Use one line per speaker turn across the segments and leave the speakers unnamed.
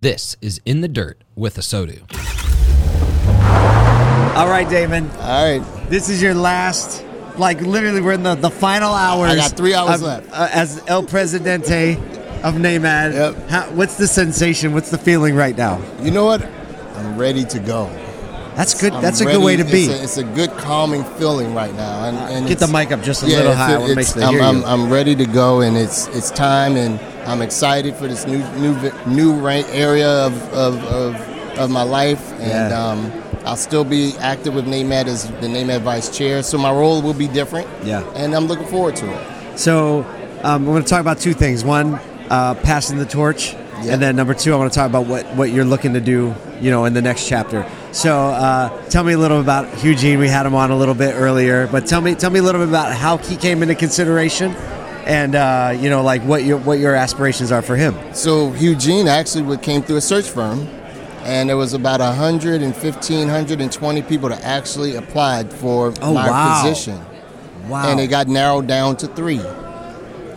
This is In the Dirt with Asodu.
All right, Damon.
All right.
This is your last. Like literally, we're in the, the final hours.
I got three hours
of-
left.
Uh, as El Presidente of NAMAD.
Yep.
How, what's the sensation? What's the feeling right now?
You know what? I'm ready to go.
That's good.
I'm
That's a
ready-
good way to
it's
be.
A, it's a good calming feeling right now. And, and
Get the
it's-
mic up just a little
it's-
high. I wanna make
it's-
sure they
I'm,
hear
I'm,
you.
I'm ready to go, and it's it's time, and I'm excited for this new new vi- new rank area of of, of, of my life, and
Yeah.
um, I'll still be active with NAMAD as the NAMAD vice chair. So my role will be different.
Yeah.
and I'm looking forward to it.
So um, I want to talk about two things. One, uh, passing the torch,
Yeah.
and then number two, I want to talk about what, what you're looking to do, you know, in the next chapter. So uh, tell me a little about Eugene. We had him on a little bit earlier, but tell me tell me a little bit about how he came into consideration, and uh, you know, like what your what your aspirations are for him.
So Eugene actually would- came through a search firm, and there was about 115, 120 people that actually applied for
Oh,
my
wow.
position,
Wow.
and it got narrowed down to three.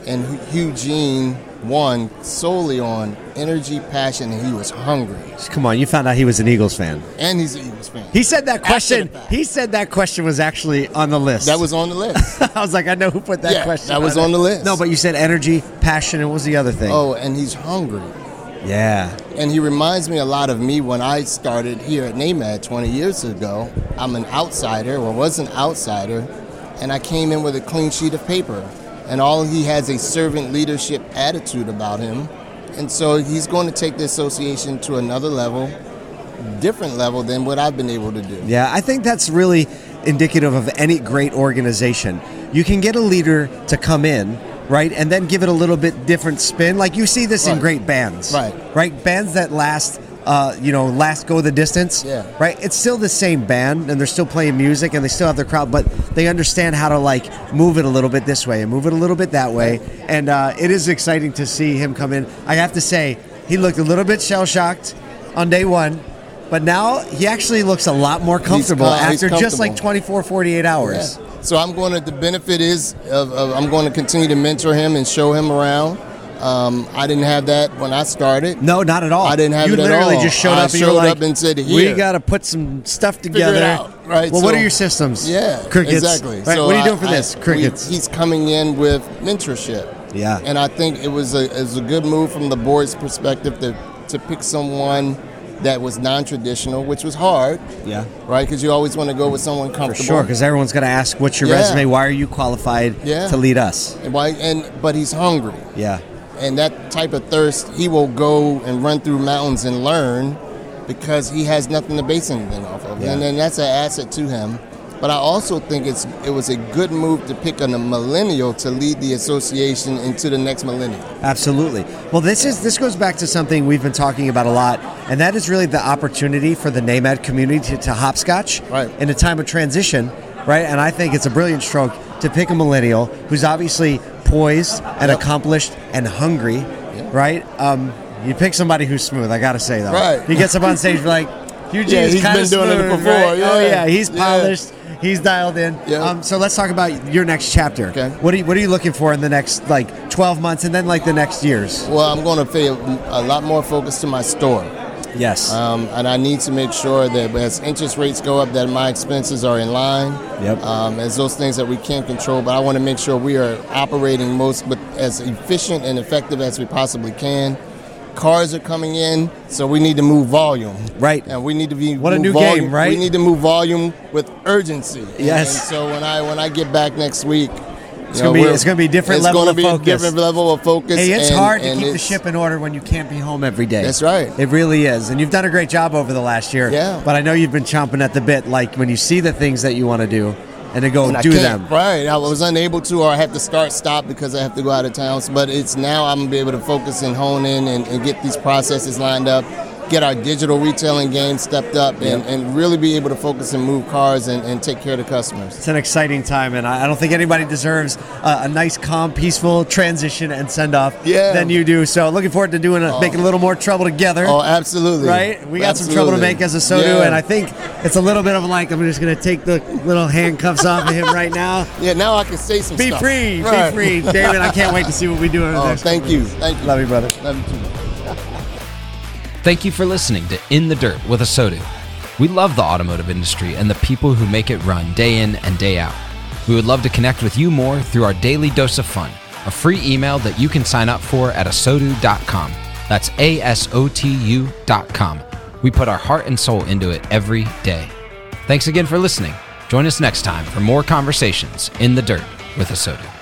And Hu- Eugene won solely on energy, passion, and he was hungry.
Come on, you found out he was an Eagles fan.
And he's an Eagles fan.
He said that question.
the fact.
He said that question was actually on the list.
that was on the list.
I was like, I know who put that
Yeah,
question.
that was
it.
on the list.
No, but you said energy, passion, and what was the other thing?
oh, and he's hungry.
yeah.
And he reminds me a lot of me when I started here at NAMAD 20 years ago. I'm an outsider, or was an outsider, and I came in with a clean sheet of paper. And all he has a servant leadership attitude about him. And so he's going to take the association to another level, different level than what I've been able to do.
Yeah, I think that's really indicative of any great organization. You can get a leader to come in, right, and then give it a little bit different spin. Like you see this in
Right.
great bands,
Right.
Right, bands that last. Uh, you know, last go the distance.
Yeah.
Right. It's still the same band, and they're still playing music, and they still have their crowd, but they understand how to like move it a little bit this way and move it a little bit that way. And uh, it is exciting to see him come in. I have to say, he looked a little bit shell shocked on day one, but now he actually looks a lot more comfortable
cal- he's
after just
comfortable.
like 24, 48 hours.
Yeah. So I'm going to. The benefit is of, of I'm going to continue to mentor him and show him around. Um, I didn't have that when I started.
No, not at all.
I didn't have
you
it at
literally
all.
just showed
I
up and you were
showed
like,
up and said,
"We
"Here."
got to put some stuff
it
together."
out, right?
Well, what
So-
are your systems?
Yeah,
crickets.
Exactly.
Right, what are you
I-
doing for
I-
this?
we-
Crickets.
he's coming in with mentorship.
Yeah.
And I think it was a it was a good move from the board's perspective to to pick someone that was non-traditional, which was hard,
yeah,
right? Because you always want to go with someone
for
comfortable.
sure. Because everyone's going to ask, "What's your
Yeah.
resume? Why are you qualified
Yeah.
to lead us?"
And why? And but he's hungry,
Yeah,
and that type of thirst, he will go and run through mountains and learn because he has nothing to base anything off of,
Yeah.
and then that's an asset to him. But I also think it's it was a good move to pick on a millennial to lead the association into the next millennium.
absolutely. Well, this is this goes back to something we've been talking about a lot, and that is really the opportunity for the NAMAD E community to, to hopscotch
Right.
in a time of transition, right? And I think it's a brilliant stroke to pick a millennial who's obviously poised and
Yep.
accomplished and hungry, right? Um, you pick somebody who's smooth. I gotta say though,
Right.
He gets up on stage like, Eugene's
Yeah, he's
kinda
been doing it
smooth,
before,
right? Oh
yeah.
yeah, he's
Yeah.
polished. He's dialed in.
Yeah.
Um, so let's talk about your next chapter.
Okay.
What are you, what are you looking for in the next like 12 months and then like the next years?
Well, I'm going to pay a, a lot more focus to my store,
Yes.
um, and I need to make sure that as interest rates go up, that my expenses are in line.
Yep.
Um, as those things that we can't control, but I want to make sure we are operating most with as efficient and effective as we possibly can. Cars are coming in, so we need to move volume.
Right.
And we need to be
What a
move
new
volume-
game, right?
We need to move volume with urgency.
Yes.
And so when I when I get back next week. It's
gonna be- it's gonna be a different
it's
level
gonna
of
be
focus.
A different level of focus.
Hey, it's
and-
hard to
and
keep the
it's-
ship in order when you can't be home every day.
That's right.
It really is. And you've done a great job over the last year.
Yeah.
But I know you've been chomping at the bit, like when you see the things that you want to do and to go
And I
do
can't-
them.
Right. I was unable to, or I have to start, stop because I have to go out of town. So- But it's now I'm gonna be able to focus and hone in and, and get these processes lined up, get our digital retailing game stepped up, and, and really be able to focus and move cars and, and take care of the customers.
It's an exciting time, and I I don't think anybody deserves a, a nice, calm, peaceful transition and send off
Yeah.
than you do. So, looking forward to doing a, making a little more trouble together.
Oh, absolutely.
Right? We got some trouble to
Absolutely.
make as a Sodu,
Yeah.
and I think it's a little bit of like, I'm just going to take the little handcuffs off of him right now.
yeah. Now I can say some
Be
stuff.
free,
Right.
be free. David, I can't wait to see what we do over the
Oh,
next
thank
couple
you,
weeks.
thank you.
Love you, brother.
Love you too.
Thank you for listening to In the Dirt with Asodu. We love the automotive industry and the people who make it run day in and day out. We would love to connect with you more through our daily dose of fun, a free email that you can sign up for at asodu.com. That's A S O T U dot com. We put our heart and soul into it every day. Thanks again for listening. Join us next time for more conversations in the dirt with Asodu.